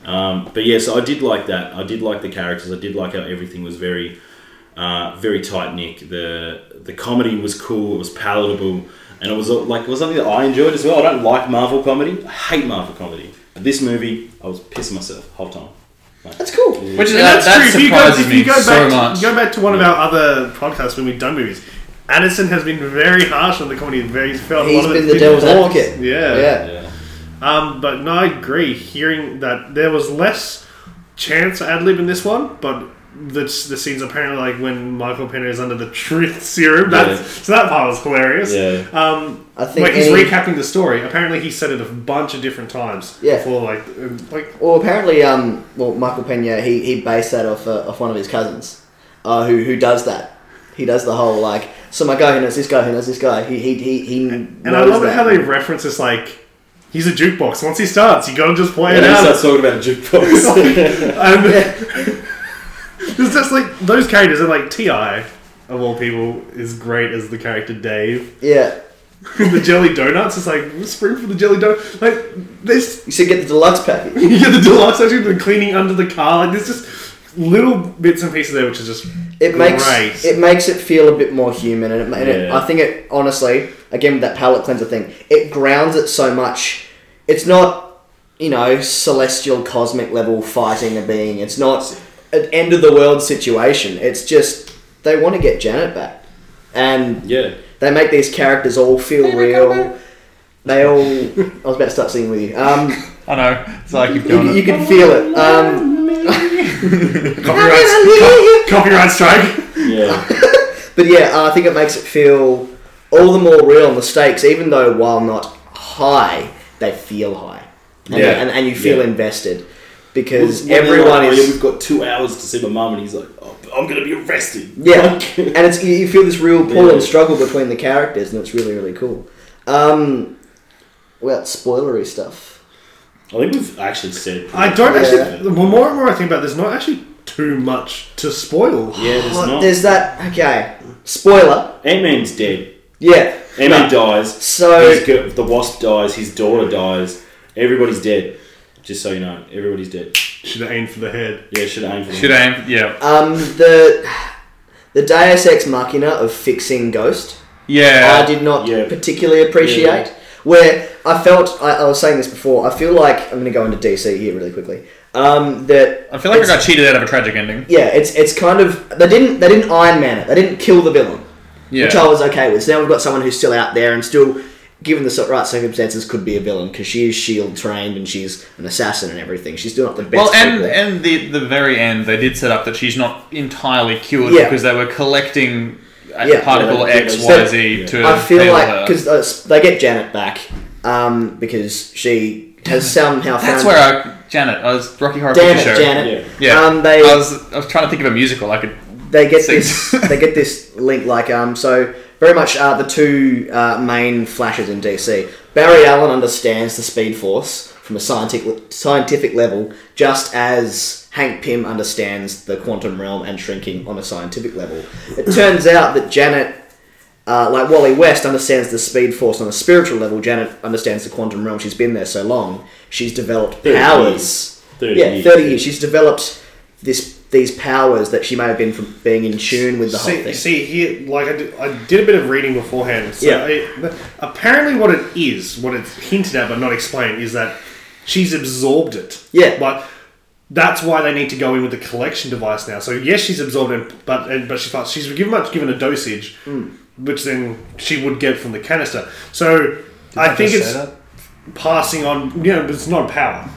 Speaker 4: um, but yeah, so I did like that. I did like the characters. I did like how everything was very, uh, very tight knit. The the comedy was cool. It was palatable, and it was uh, like it was something that I enjoyed as well. I don't like Marvel comedy. I hate Marvel comedy. This movie, I was pissing myself the whole time.
Speaker 3: That's cool.
Speaker 1: which is,
Speaker 2: And
Speaker 1: that,
Speaker 2: that's
Speaker 1: that
Speaker 2: true. If you go,
Speaker 1: surprises
Speaker 2: if
Speaker 1: me
Speaker 2: you go
Speaker 1: so
Speaker 2: back,
Speaker 1: much.
Speaker 2: To, go back to one of our other podcasts when we've done movies. Addison has been very harsh on the comedy. and Very felt
Speaker 3: He's
Speaker 2: a lot
Speaker 3: been
Speaker 2: of
Speaker 3: the
Speaker 2: it
Speaker 3: devil's
Speaker 2: didn't work.
Speaker 3: advocate.
Speaker 2: Yeah.
Speaker 3: Yeah.
Speaker 4: Yeah.
Speaker 2: Um, but no, I agree. Hearing that there was less chance ad lib in this one, but the the scenes apparently like when Michael Pena is under the truth serum. That's,
Speaker 4: Yeah.
Speaker 2: So that part was hilarious.
Speaker 4: Yeah.
Speaker 2: Um,
Speaker 3: I think
Speaker 2: where he's
Speaker 3: any-
Speaker 2: recapping the story. Apparently, he said it a bunch of different times.
Speaker 3: Yeah.
Speaker 2: Before like um, like
Speaker 3: Well, apparently, um, well, Michael Pena, he, he based that off uh, off one of his cousins, uh, who who does that. He does the whole like, so my guy who knows this guy who knows this guy. He he he. he
Speaker 2: And I love it how they reference this like he's a jukebox. Once he starts, you gotta just play
Speaker 4: And
Speaker 2: it
Speaker 4: then he
Speaker 2: out.
Speaker 4: starts talking about a jukebox.
Speaker 2: And- it's just like those characters are like Ti of all people is great as the character Dave.
Speaker 3: Yeah.
Speaker 2: the jelly donuts is like spring for the jelly donut. Like this,
Speaker 3: You should get the deluxe package.
Speaker 2: you get the deluxe actually the cleaning under the car. Like there's just little bits and pieces there, which is just
Speaker 3: It makes
Speaker 2: Great.
Speaker 3: it makes it feel a bit more human, and, it, ma- and it,
Speaker 4: Yeah.
Speaker 3: I think it honestly, again with that palate cleanser thing, it grounds it so much. It's not you know celestial cosmic level fighting a being. It's not an end of the world situation. It's just they want to get Janet back, and
Speaker 4: yeah.
Speaker 3: They make these characters all feel real. They all. I was about to start singing with you. Um,
Speaker 1: I know. It's like you've
Speaker 3: you,
Speaker 1: done
Speaker 3: you
Speaker 1: it.
Speaker 3: can feel it. Um,
Speaker 2: copyright, copyright strike.
Speaker 4: Yeah.
Speaker 3: but yeah, I think it makes it feel all the more real. And the stakes, even though while not high, they feel high. And,
Speaker 4: Yeah.
Speaker 3: and, and you feel
Speaker 4: Yeah.
Speaker 3: invested because
Speaker 4: When they're
Speaker 3: everyone
Speaker 4: like, "Oh, yeah,
Speaker 3: is.
Speaker 4: We've got two hours to see my mum, and he's like, oh, "I'm gonna be arrested."
Speaker 3: Yeah,
Speaker 4: Like-
Speaker 3: and it's you- you feel this real pull
Speaker 4: Yeah.
Speaker 3: and struggle between the characters, and it's really really cool. Um, well, spoilery stuff.
Speaker 4: I think we've actually said.
Speaker 2: I don't
Speaker 3: Yeah.
Speaker 2: actually. The more and more I think about, it, there's not actually too much to spoil.
Speaker 4: Yeah, there's
Speaker 3: Well,
Speaker 4: not.
Speaker 3: there's that. Okay, spoiler.
Speaker 4: Ant Man's dead.
Speaker 3: Yeah.
Speaker 4: Ant Man dies.
Speaker 3: So-
Speaker 4: His girl- the Wasp dies. His daughter dies. Everybody's dead. Just so you know, everybody's dead.
Speaker 2: Should have aimed for the head.
Speaker 4: Yeah, should aim for.
Speaker 1: Should aim. Yeah.
Speaker 3: Um, the the Deus Ex Machina of fixing Ghost,
Speaker 1: Yeah.
Speaker 3: I did not
Speaker 4: yeah.
Speaker 3: particularly appreciate.
Speaker 4: Yeah.
Speaker 3: Where I felt, I, I was saying this before, I feel like I'm going to go into DC here really quickly. Um, that
Speaker 1: I feel like I
Speaker 3: it's-
Speaker 1: got cheated out of a tragic ending.
Speaker 3: yeah, it's it's kind of they didn't they didn't Iron Man it, they didn't kill the villain,
Speaker 1: Yeah.
Speaker 3: which I was okay with. So now we've got someone who's still out there and still. Given the so- right circumstances, could be a villain because she is shield E trained and she's an assassin and everything. She's still not the best.
Speaker 1: Well, and
Speaker 3: people.
Speaker 1: and the the very end, they did set up that she's not entirely cured
Speaker 3: Yeah.
Speaker 1: because they were collecting a
Speaker 3: Yeah.
Speaker 1: particle
Speaker 4: Yeah,
Speaker 1: X,
Speaker 4: yeah,
Speaker 1: Y,
Speaker 3: so
Speaker 1: Z to
Speaker 3: I feel
Speaker 1: heal
Speaker 3: like
Speaker 1: her.
Speaker 3: because they get Janet back um, because she has somehow
Speaker 1: That's
Speaker 3: found
Speaker 1: where I Janet. I was Rocky Horror
Speaker 3: damn it,
Speaker 1: Picture Show.
Speaker 3: um, Janet.
Speaker 1: Yeah,
Speaker 3: Um, they
Speaker 1: I was I was trying to think of a musical I could.
Speaker 3: they get
Speaker 1: Six.
Speaker 3: this they get this link like um so very much uh, the two uh, main flashes in DC. Barry Allen understands the Speed Force from a scientific scientific level, just as Hank Pym understands the quantum realm and shrinking on a scientific level. It turns out that Janet. Uh, like Wally West understands the Speed Force on a spiritual level, Janet understands the quantum realm. She's been there so long, she's developed
Speaker 4: 30
Speaker 3: powers.
Speaker 4: Thirty
Speaker 3: yeah,
Speaker 4: years.
Speaker 3: thirty years. She's developed this these powers that she may have been from being in tune with the whole
Speaker 2: See,
Speaker 3: thing.
Speaker 2: see here, like I did, I did a bit of reading beforehand. So
Speaker 3: Yeah.
Speaker 2: it- apparently, what it is, what it's hinted at but not explained, is that she's absorbed it.
Speaker 3: Yeah.
Speaker 2: Like that's why they need to go in with the collection device now. So yes, she's absorbed it, but and, but she's like- she's given much given a dosage,
Speaker 3: Hmm.
Speaker 2: which then she would get from the canister. So I think it's passing on. You know, but it's not a power.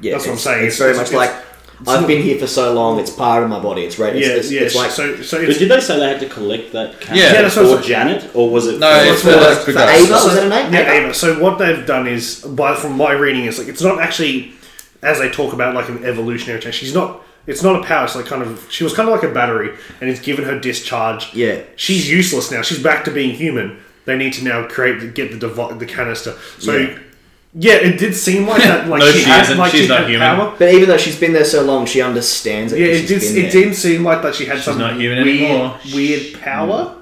Speaker 3: yeah,
Speaker 2: that's what I'm
Speaker 3: it's-
Speaker 2: saying.
Speaker 3: It's
Speaker 2: It's-
Speaker 3: very
Speaker 2: it's-
Speaker 3: much
Speaker 2: it's-
Speaker 3: like I've been here for so long; it's part of my body. It's right. It's,
Speaker 2: yeah,
Speaker 3: it's,
Speaker 2: yeah.
Speaker 3: it's like
Speaker 2: so, so
Speaker 4: But
Speaker 2: it's,
Speaker 4: did they say they had to collect that cat
Speaker 1: Yeah,
Speaker 2: that's
Speaker 4: for
Speaker 2: what I was-
Speaker 4: Janet, or was it?
Speaker 1: No,
Speaker 4: for-
Speaker 1: it's
Speaker 3: for,
Speaker 1: uh,
Speaker 3: for
Speaker 1: Ava.
Speaker 3: Ava. Was Oh, that her name?
Speaker 2: Yeah, Ava. So what they've done is, by from my reading, is like it's not actually as they talk about like an evolutionary change. She's not. It's not a power. It's like kind of. She was kind of like a battery, and it's given her discharge.
Speaker 3: Yeah.
Speaker 2: She's useless now. She's back to being human. They need to now create get the devi- the canister. So.
Speaker 3: Yeah.
Speaker 2: Yeah. it did seem like that. Like
Speaker 1: No,
Speaker 2: she,
Speaker 1: she
Speaker 2: had,
Speaker 1: isn't.
Speaker 2: Like
Speaker 1: She's
Speaker 2: she
Speaker 1: not
Speaker 2: had
Speaker 1: human.
Speaker 2: Power.
Speaker 3: But even though she's been there so long, she understands it.
Speaker 2: Yeah,
Speaker 3: 'cause
Speaker 2: it
Speaker 3: she's
Speaker 2: did.
Speaker 3: been
Speaker 2: It
Speaker 3: there.
Speaker 2: did seem like that she had some
Speaker 1: not human
Speaker 2: weird,
Speaker 1: anymore.
Speaker 2: weird power,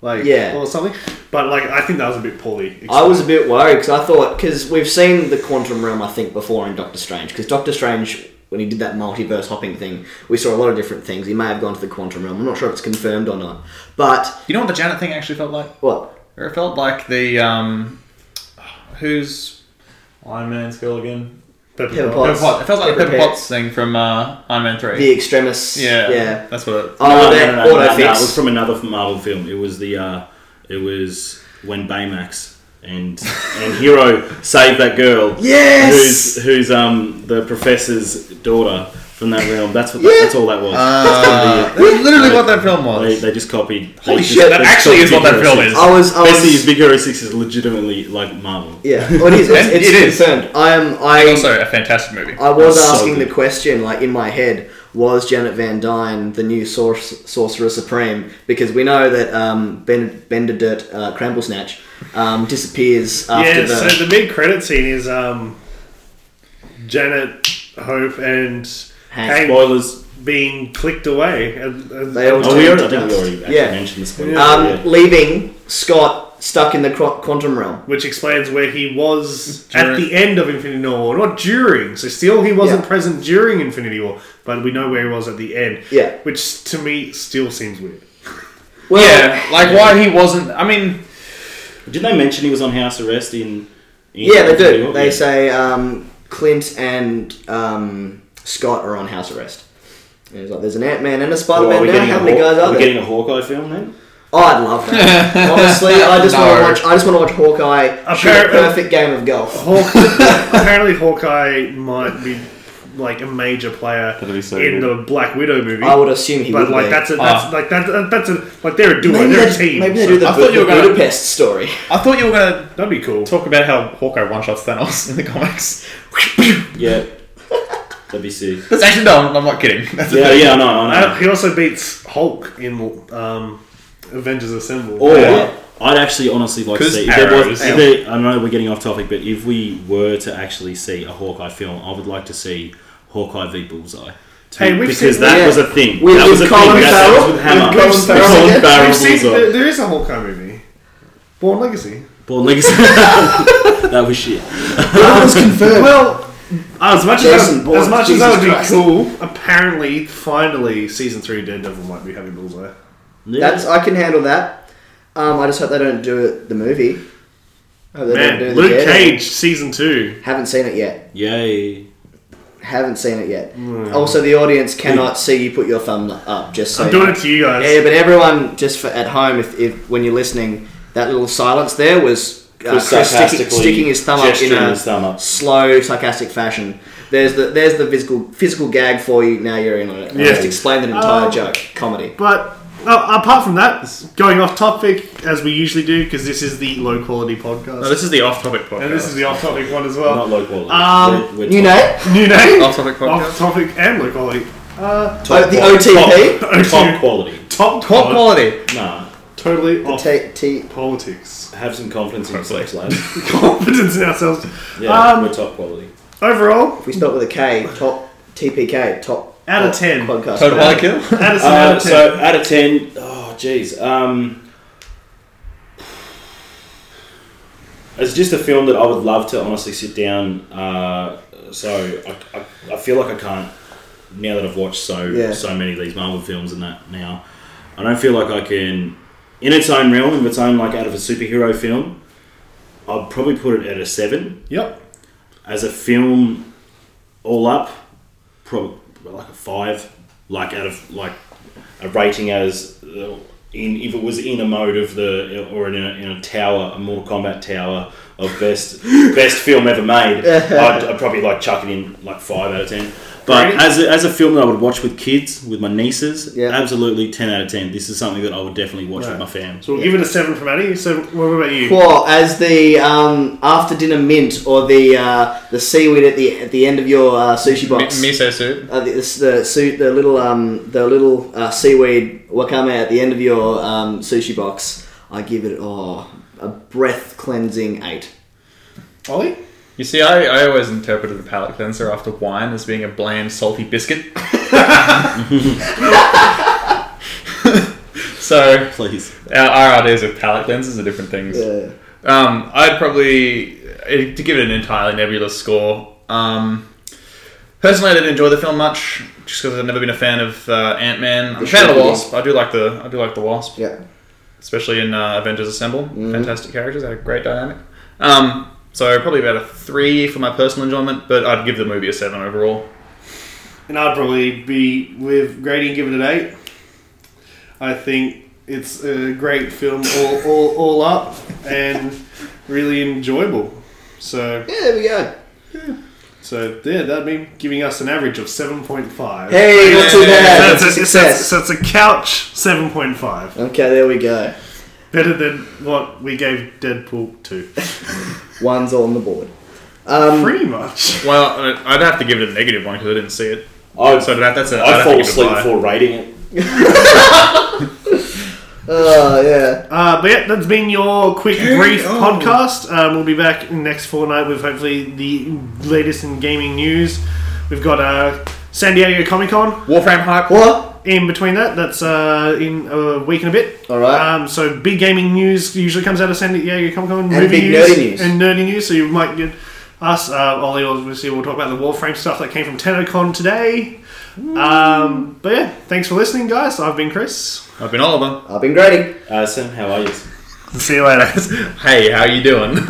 Speaker 2: like
Speaker 3: Mm. Yeah.
Speaker 2: or something. But like, I think that was a bit poorly.
Speaker 3: I was a bit worried because I thought because we've seen the quantum realm I think before in Doctor Strange because Doctor Strange when he did that multiverse hopping thing we saw a lot of different things he may have gone to the quantum realm I'm not sure if it's confirmed or not but
Speaker 1: You know what the Janet thing actually felt like?
Speaker 3: what
Speaker 1: It felt like the um, who's Iron Man's girl again?
Speaker 2: Pepper
Speaker 3: Pepper
Speaker 2: Potts.
Speaker 1: Pepper Potts. It felt like the
Speaker 3: Pepper
Speaker 1: Pepper
Speaker 3: Potts.
Speaker 1: Potts thing from uh, Iron Man Three.
Speaker 3: the extremists
Speaker 1: yeah,
Speaker 3: yeah
Speaker 1: that's what. It,
Speaker 3: oh
Speaker 4: No, no,
Speaker 3: that
Speaker 4: no, no, no,
Speaker 3: auto
Speaker 4: no, It was
Speaker 3: fix
Speaker 4: from another Marvel film. It was the. Uh, it was when Baymax and and Hero saved that girl.
Speaker 3: Yes!
Speaker 4: Who's who's um the professor's daughter from that realm? That's what.
Speaker 3: Yeah. Ah.
Speaker 4: That's all that was.
Speaker 1: uh, that's literally what that film
Speaker 4: they,
Speaker 1: was.
Speaker 4: they just copied. they
Speaker 1: Holy
Speaker 4: just-
Speaker 1: shit,
Speaker 4: they
Speaker 1: that actually
Speaker 4: copied
Speaker 1: is what
Speaker 4: Big
Speaker 1: that
Speaker 4: Hero
Speaker 1: film
Speaker 4: 6.
Speaker 1: is.
Speaker 3: I was I
Speaker 4: Basically,
Speaker 3: was
Speaker 4: Big Hero Six is legitimately like Marvel.
Speaker 3: yeah well, it is it's,
Speaker 1: And
Speaker 3: it's
Speaker 1: it is.
Speaker 3: confirmed I am I
Speaker 1: also a fantastic movie.
Speaker 3: I was
Speaker 4: So
Speaker 3: asking
Speaker 4: good.
Speaker 3: the question, like in my head, was Janet Van Dyne the new source, Sorcerer Supreme? Because we know that um, ben, Bender Dirt uh, Cramble Snatch um, disappears after
Speaker 2: yeah,
Speaker 3: the.
Speaker 2: so the mid credit scene is um, Janet, Hope, and
Speaker 3: Hank.
Speaker 2: Hank,
Speaker 4: Spoilers.
Speaker 2: being clicked away. And, and-
Speaker 3: They all
Speaker 4: Oh, we
Speaker 3: Turn
Speaker 4: already,
Speaker 3: to
Speaker 4: I think we
Speaker 3: dust.
Speaker 4: already actually
Speaker 3: Yeah.
Speaker 4: mentioned the spoilers.
Speaker 3: um,
Speaker 4: yeah.
Speaker 3: Leaving Scott stuck in the qu- quantum realm.
Speaker 2: which explains where he was at
Speaker 1: During-
Speaker 2: the end of Infinity War, not during. So still, he wasn't
Speaker 3: Yeah.
Speaker 2: present during Infinity War, but we know where he was at the end.
Speaker 3: Yeah.
Speaker 2: which to me still seems weird.
Speaker 3: Well,
Speaker 1: yeah, like why he wasn't. I mean,
Speaker 4: Did they mention he was on house arrest in? in
Speaker 3: yeah, they do.
Speaker 4: Yeah.
Speaker 3: They say um, Clint and um, Scott are on house arrest. And it's like, there's an Ant Man and a Spider
Speaker 4: Well, are
Speaker 3: "Oh, Man
Speaker 4: we
Speaker 3: now.
Speaker 4: getting a
Speaker 3: How many
Speaker 4: Haw-
Speaker 3: guys
Speaker 4: are
Speaker 3: are
Speaker 4: we
Speaker 3: there?
Speaker 4: getting a Hawkeye film then?
Speaker 3: Oh, I'd love that. Honestly, I just want
Speaker 1: No.
Speaker 3: to watch. I just want to watch Hawkeye shoot a
Speaker 2: Apparent-
Speaker 3: perfect game of golf.
Speaker 2: Hawk, apparently, Hawkeye might be like a major player
Speaker 1: That'd be so
Speaker 2: in the Black Widow movie.
Speaker 3: I would assume he
Speaker 2: But
Speaker 3: would
Speaker 2: like
Speaker 3: be.
Speaker 2: that's a, that's
Speaker 1: Ah.
Speaker 2: like that, that's a like they're a duo,
Speaker 3: maybe
Speaker 2: they're a
Speaker 3: they,
Speaker 2: team.
Speaker 3: maybe they
Speaker 2: so
Speaker 3: do the,
Speaker 1: I thought
Speaker 3: Bu-
Speaker 1: you were
Speaker 3: the
Speaker 1: gonna-
Speaker 3: Budapest story.
Speaker 1: I thought you were gonna
Speaker 2: that'd be cool.
Speaker 1: talk about how Hawkeye one shots Thanos in the comics.
Speaker 4: Yeah. That'd be sick.
Speaker 1: That's actually no, I'm- I'm not kidding. That's
Speaker 4: Yeah, yeah, I know, I
Speaker 2: Uh,
Speaker 4: know.
Speaker 2: he also beats Hulk in um, Avengers Assemble.
Speaker 4: Or
Speaker 1: Yeah.
Speaker 4: I'd actually honestly like to
Speaker 1: 'Cause
Speaker 4: see if there
Speaker 1: arrows.
Speaker 4: was. If there, I know we're getting off topic, but if we were to actually see a Hawkeye film, I would like to see Hawkeye v Bullseye.
Speaker 2: Hey, we've
Speaker 4: because
Speaker 2: seen-
Speaker 4: that
Speaker 3: yeah.
Speaker 4: was a thing.
Speaker 3: With-
Speaker 4: that
Speaker 3: with
Speaker 4: was a
Speaker 3: Colin
Speaker 4: thing. That-
Speaker 3: Farrell.
Speaker 4: That was with Hammer.
Speaker 3: With Colin
Speaker 4: With
Speaker 3: Farrell.
Speaker 4: Colin
Speaker 3: Yeah.
Speaker 4: Farrell
Speaker 2: We've seen- there-
Speaker 4: Bullseye.
Speaker 2: there is a Hawkeye movie, Born Legacy.
Speaker 4: Born Legacy. that was shit.
Speaker 5: That was confirmed.
Speaker 2: Well, Ah, as much as
Speaker 3: Jason
Speaker 2: that,
Speaker 3: Bourne,
Speaker 2: as much as that
Speaker 3: Jesus
Speaker 2: would be
Speaker 3: Christ.
Speaker 2: cool, apparently, finally, season three Daredevil might be having Bullseye.
Speaker 4: Yeah.
Speaker 3: That's I can handle that. Um, I just hope they don't do it, the movie. I hope they don't do
Speaker 2: Man,
Speaker 3: the
Speaker 2: Luke
Speaker 3: Daredevil.
Speaker 2: Cage season two.
Speaker 3: Haven't seen it yet.
Speaker 4: Yay.
Speaker 3: Haven't seen it yet. Also, the audience cannot see you put your thumb up. Just so
Speaker 2: Hmm. I'm
Speaker 3: you
Speaker 2: doing
Speaker 3: know.
Speaker 2: it to you guys.
Speaker 3: Yeah, but everyone just for at home, if, if when you're listening, that little silence there was uh,
Speaker 4: Was
Speaker 3: Chris sticking,
Speaker 4: sarcastically
Speaker 3: sticking his thumb up in
Speaker 4: gesturing
Speaker 3: a
Speaker 4: his thumb up.
Speaker 3: slow, sarcastic fashion. There's the there's the physical physical gag for you. Now you're in on it. I
Speaker 2: Yeah.
Speaker 3: Just explained an entire
Speaker 2: Oh.
Speaker 3: joke. Comedy.
Speaker 2: But uh, apart from that, going off topic as we usually do, because this is the low quality podcast,
Speaker 1: No, this is the off-topic podcast.
Speaker 2: and this is the off topic one as well.
Speaker 4: Not low quality.
Speaker 2: Um,
Speaker 4: We're- we're
Speaker 3: You
Speaker 4: top-
Speaker 3: know,
Speaker 2: New name,
Speaker 1: Off-topic podcast.
Speaker 2: off topic and low quality. Uh,
Speaker 3: Oh, the
Speaker 4: quality.
Speaker 3: OTP,
Speaker 4: Top, top quality.
Speaker 2: top
Speaker 1: Top
Speaker 2: pod,
Speaker 1: quality.
Speaker 4: Nah.
Speaker 2: totally off
Speaker 3: T- T-
Speaker 2: politics.
Speaker 4: Have some confidence in
Speaker 1: Hopefully.
Speaker 4: yourself, lads.
Speaker 2: Confidence in ourselves.
Speaker 4: Yeah,
Speaker 2: Um,
Speaker 4: we're top quality.
Speaker 2: Overall,
Speaker 3: if we start with a K, top TPK, top
Speaker 2: Out of
Speaker 3: top
Speaker 2: 10.
Speaker 3: podcast.
Speaker 1: Total Body Kill.
Speaker 2: Addison out
Speaker 4: Uh,
Speaker 2: of ten.
Speaker 4: so out of ten, oh jeez. Um, it's just a film that I would love to honestly sit down. Uh, so I, I, I feel like I can't now that I've watched so
Speaker 3: Yeah.
Speaker 4: so many of these Marvel films and that now. I don't feel like I can, in its own realm, in its own like out of a superhero film. I'd probably put it at a seven
Speaker 2: yep.
Speaker 4: as a film all up probably like a five like out of like a rating as uh, in if it was in a mode of the or in a, in a tower a mortal kombat tower of best best film ever made, I'd, I'd probably like chuck it in like five out of ten. But
Speaker 2: Really?
Speaker 4: as, a, as a film that I would watch with kids, with my nieces,
Speaker 3: Yeah.
Speaker 4: absolutely ten out of ten. This is something that I would definitely watch with my fam.
Speaker 2: So we'll give it a seven from Addy. So what about you?
Speaker 3: Well, as the um, after dinner mint or the uh, the seaweed at the at the end of your uh, sushi
Speaker 1: Mi-
Speaker 3: box.
Speaker 1: miso soup.
Speaker 3: uh, the, the suit, the little um, the little uh, seaweed wakame at the end of your um, sushi box. I give it oh, a breath cleansing eight.
Speaker 5: Ollie?
Speaker 1: You see, I, I always interpreted the palate cleanser after wine as being a bland, salty biscuit. so,
Speaker 4: Please.
Speaker 1: our, our ideas of palate cleansers are different things.
Speaker 3: Yeah.
Speaker 1: Um, I'd probably eh, to give it an entirely nebulous score. Um, personally, I didn't enjoy the film much, just because I've never been a fan of uh, Ant Man. I'm a fan of the
Speaker 3: Shrinking.
Speaker 1: Wasp. I do like the I do like the Wasp,
Speaker 3: Yeah.
Speaker 1: especially in uh, Avengers Assemble.
Speaker 4: Mm.
Speaker 1: Fantastic characters, had a great dynamic. Um, so probably about a three for my personal enjoyment, but I'd give the movie a seven overall.
Speaker 2: And I'd probably be with Grady and give it an eight. I think it's a great film all, all, all up and really enjoyable. So,
Speaker 3: Yeah, there we go.
Speaker 2: so yeah, that'd be giving us an average of 7.5.
Speaker 3: Hey, not too
Speaker 1: Yeah,
Speaker 3: bad.
Speaker 2: That's a,
Speaker 3: Success.
Speaker 2: So it's a couch 7.5.
Speaker 3: Okay, there we go.
Speaker 2: Better than what we gave Deadpool 2.
Speaker 3: One's on the board. Um,
Speaker 2: Pretty much.
Speaker 1: Well, I- I'd have to give it a negative one because I didn't see it.
Speaker 4: I
Speaker 1: So that, that's a. have to
Speaker 4: I'd fall
Speaker 1: give it a
Speaker 4: asleep
Speaker 1: buy.
Speaker 4: before rating it.
Speaker 3: oh yeah.
Speaker 2: Uh, but yeah, that's been your quick, brief
Speaker 3: oh.
Speaker 2: podcast. Um, we'll be back next fortnight with hopefully the latest in gaming news. We've got uh, San Diego Comic Con.
Speaker 1: Warframe hype.
Speaker 3: What?
Speaker 2: In between that, that's uh, in a week and a bit.
Speaker 3: All right.
Speaker 2: Um, so big gaming news usually comes out of San Diego Comic Con.
Speaker 3: And big nerdy news.
Speaker 2: And nerdy news. So you might get us, uh, Ollie, obviously, we'll talk about the Warframe stuff that came from TennoCon today. Um, but yeah, thanks for listening, guys. I've been Chris.
Speaker 1: I've been Oliver.
Speaker 3: I've been grading.
Speaker 4: Uh, Sam, how are you?
Speaker 2: See you later.
Speaker 1: Hey, how you doing?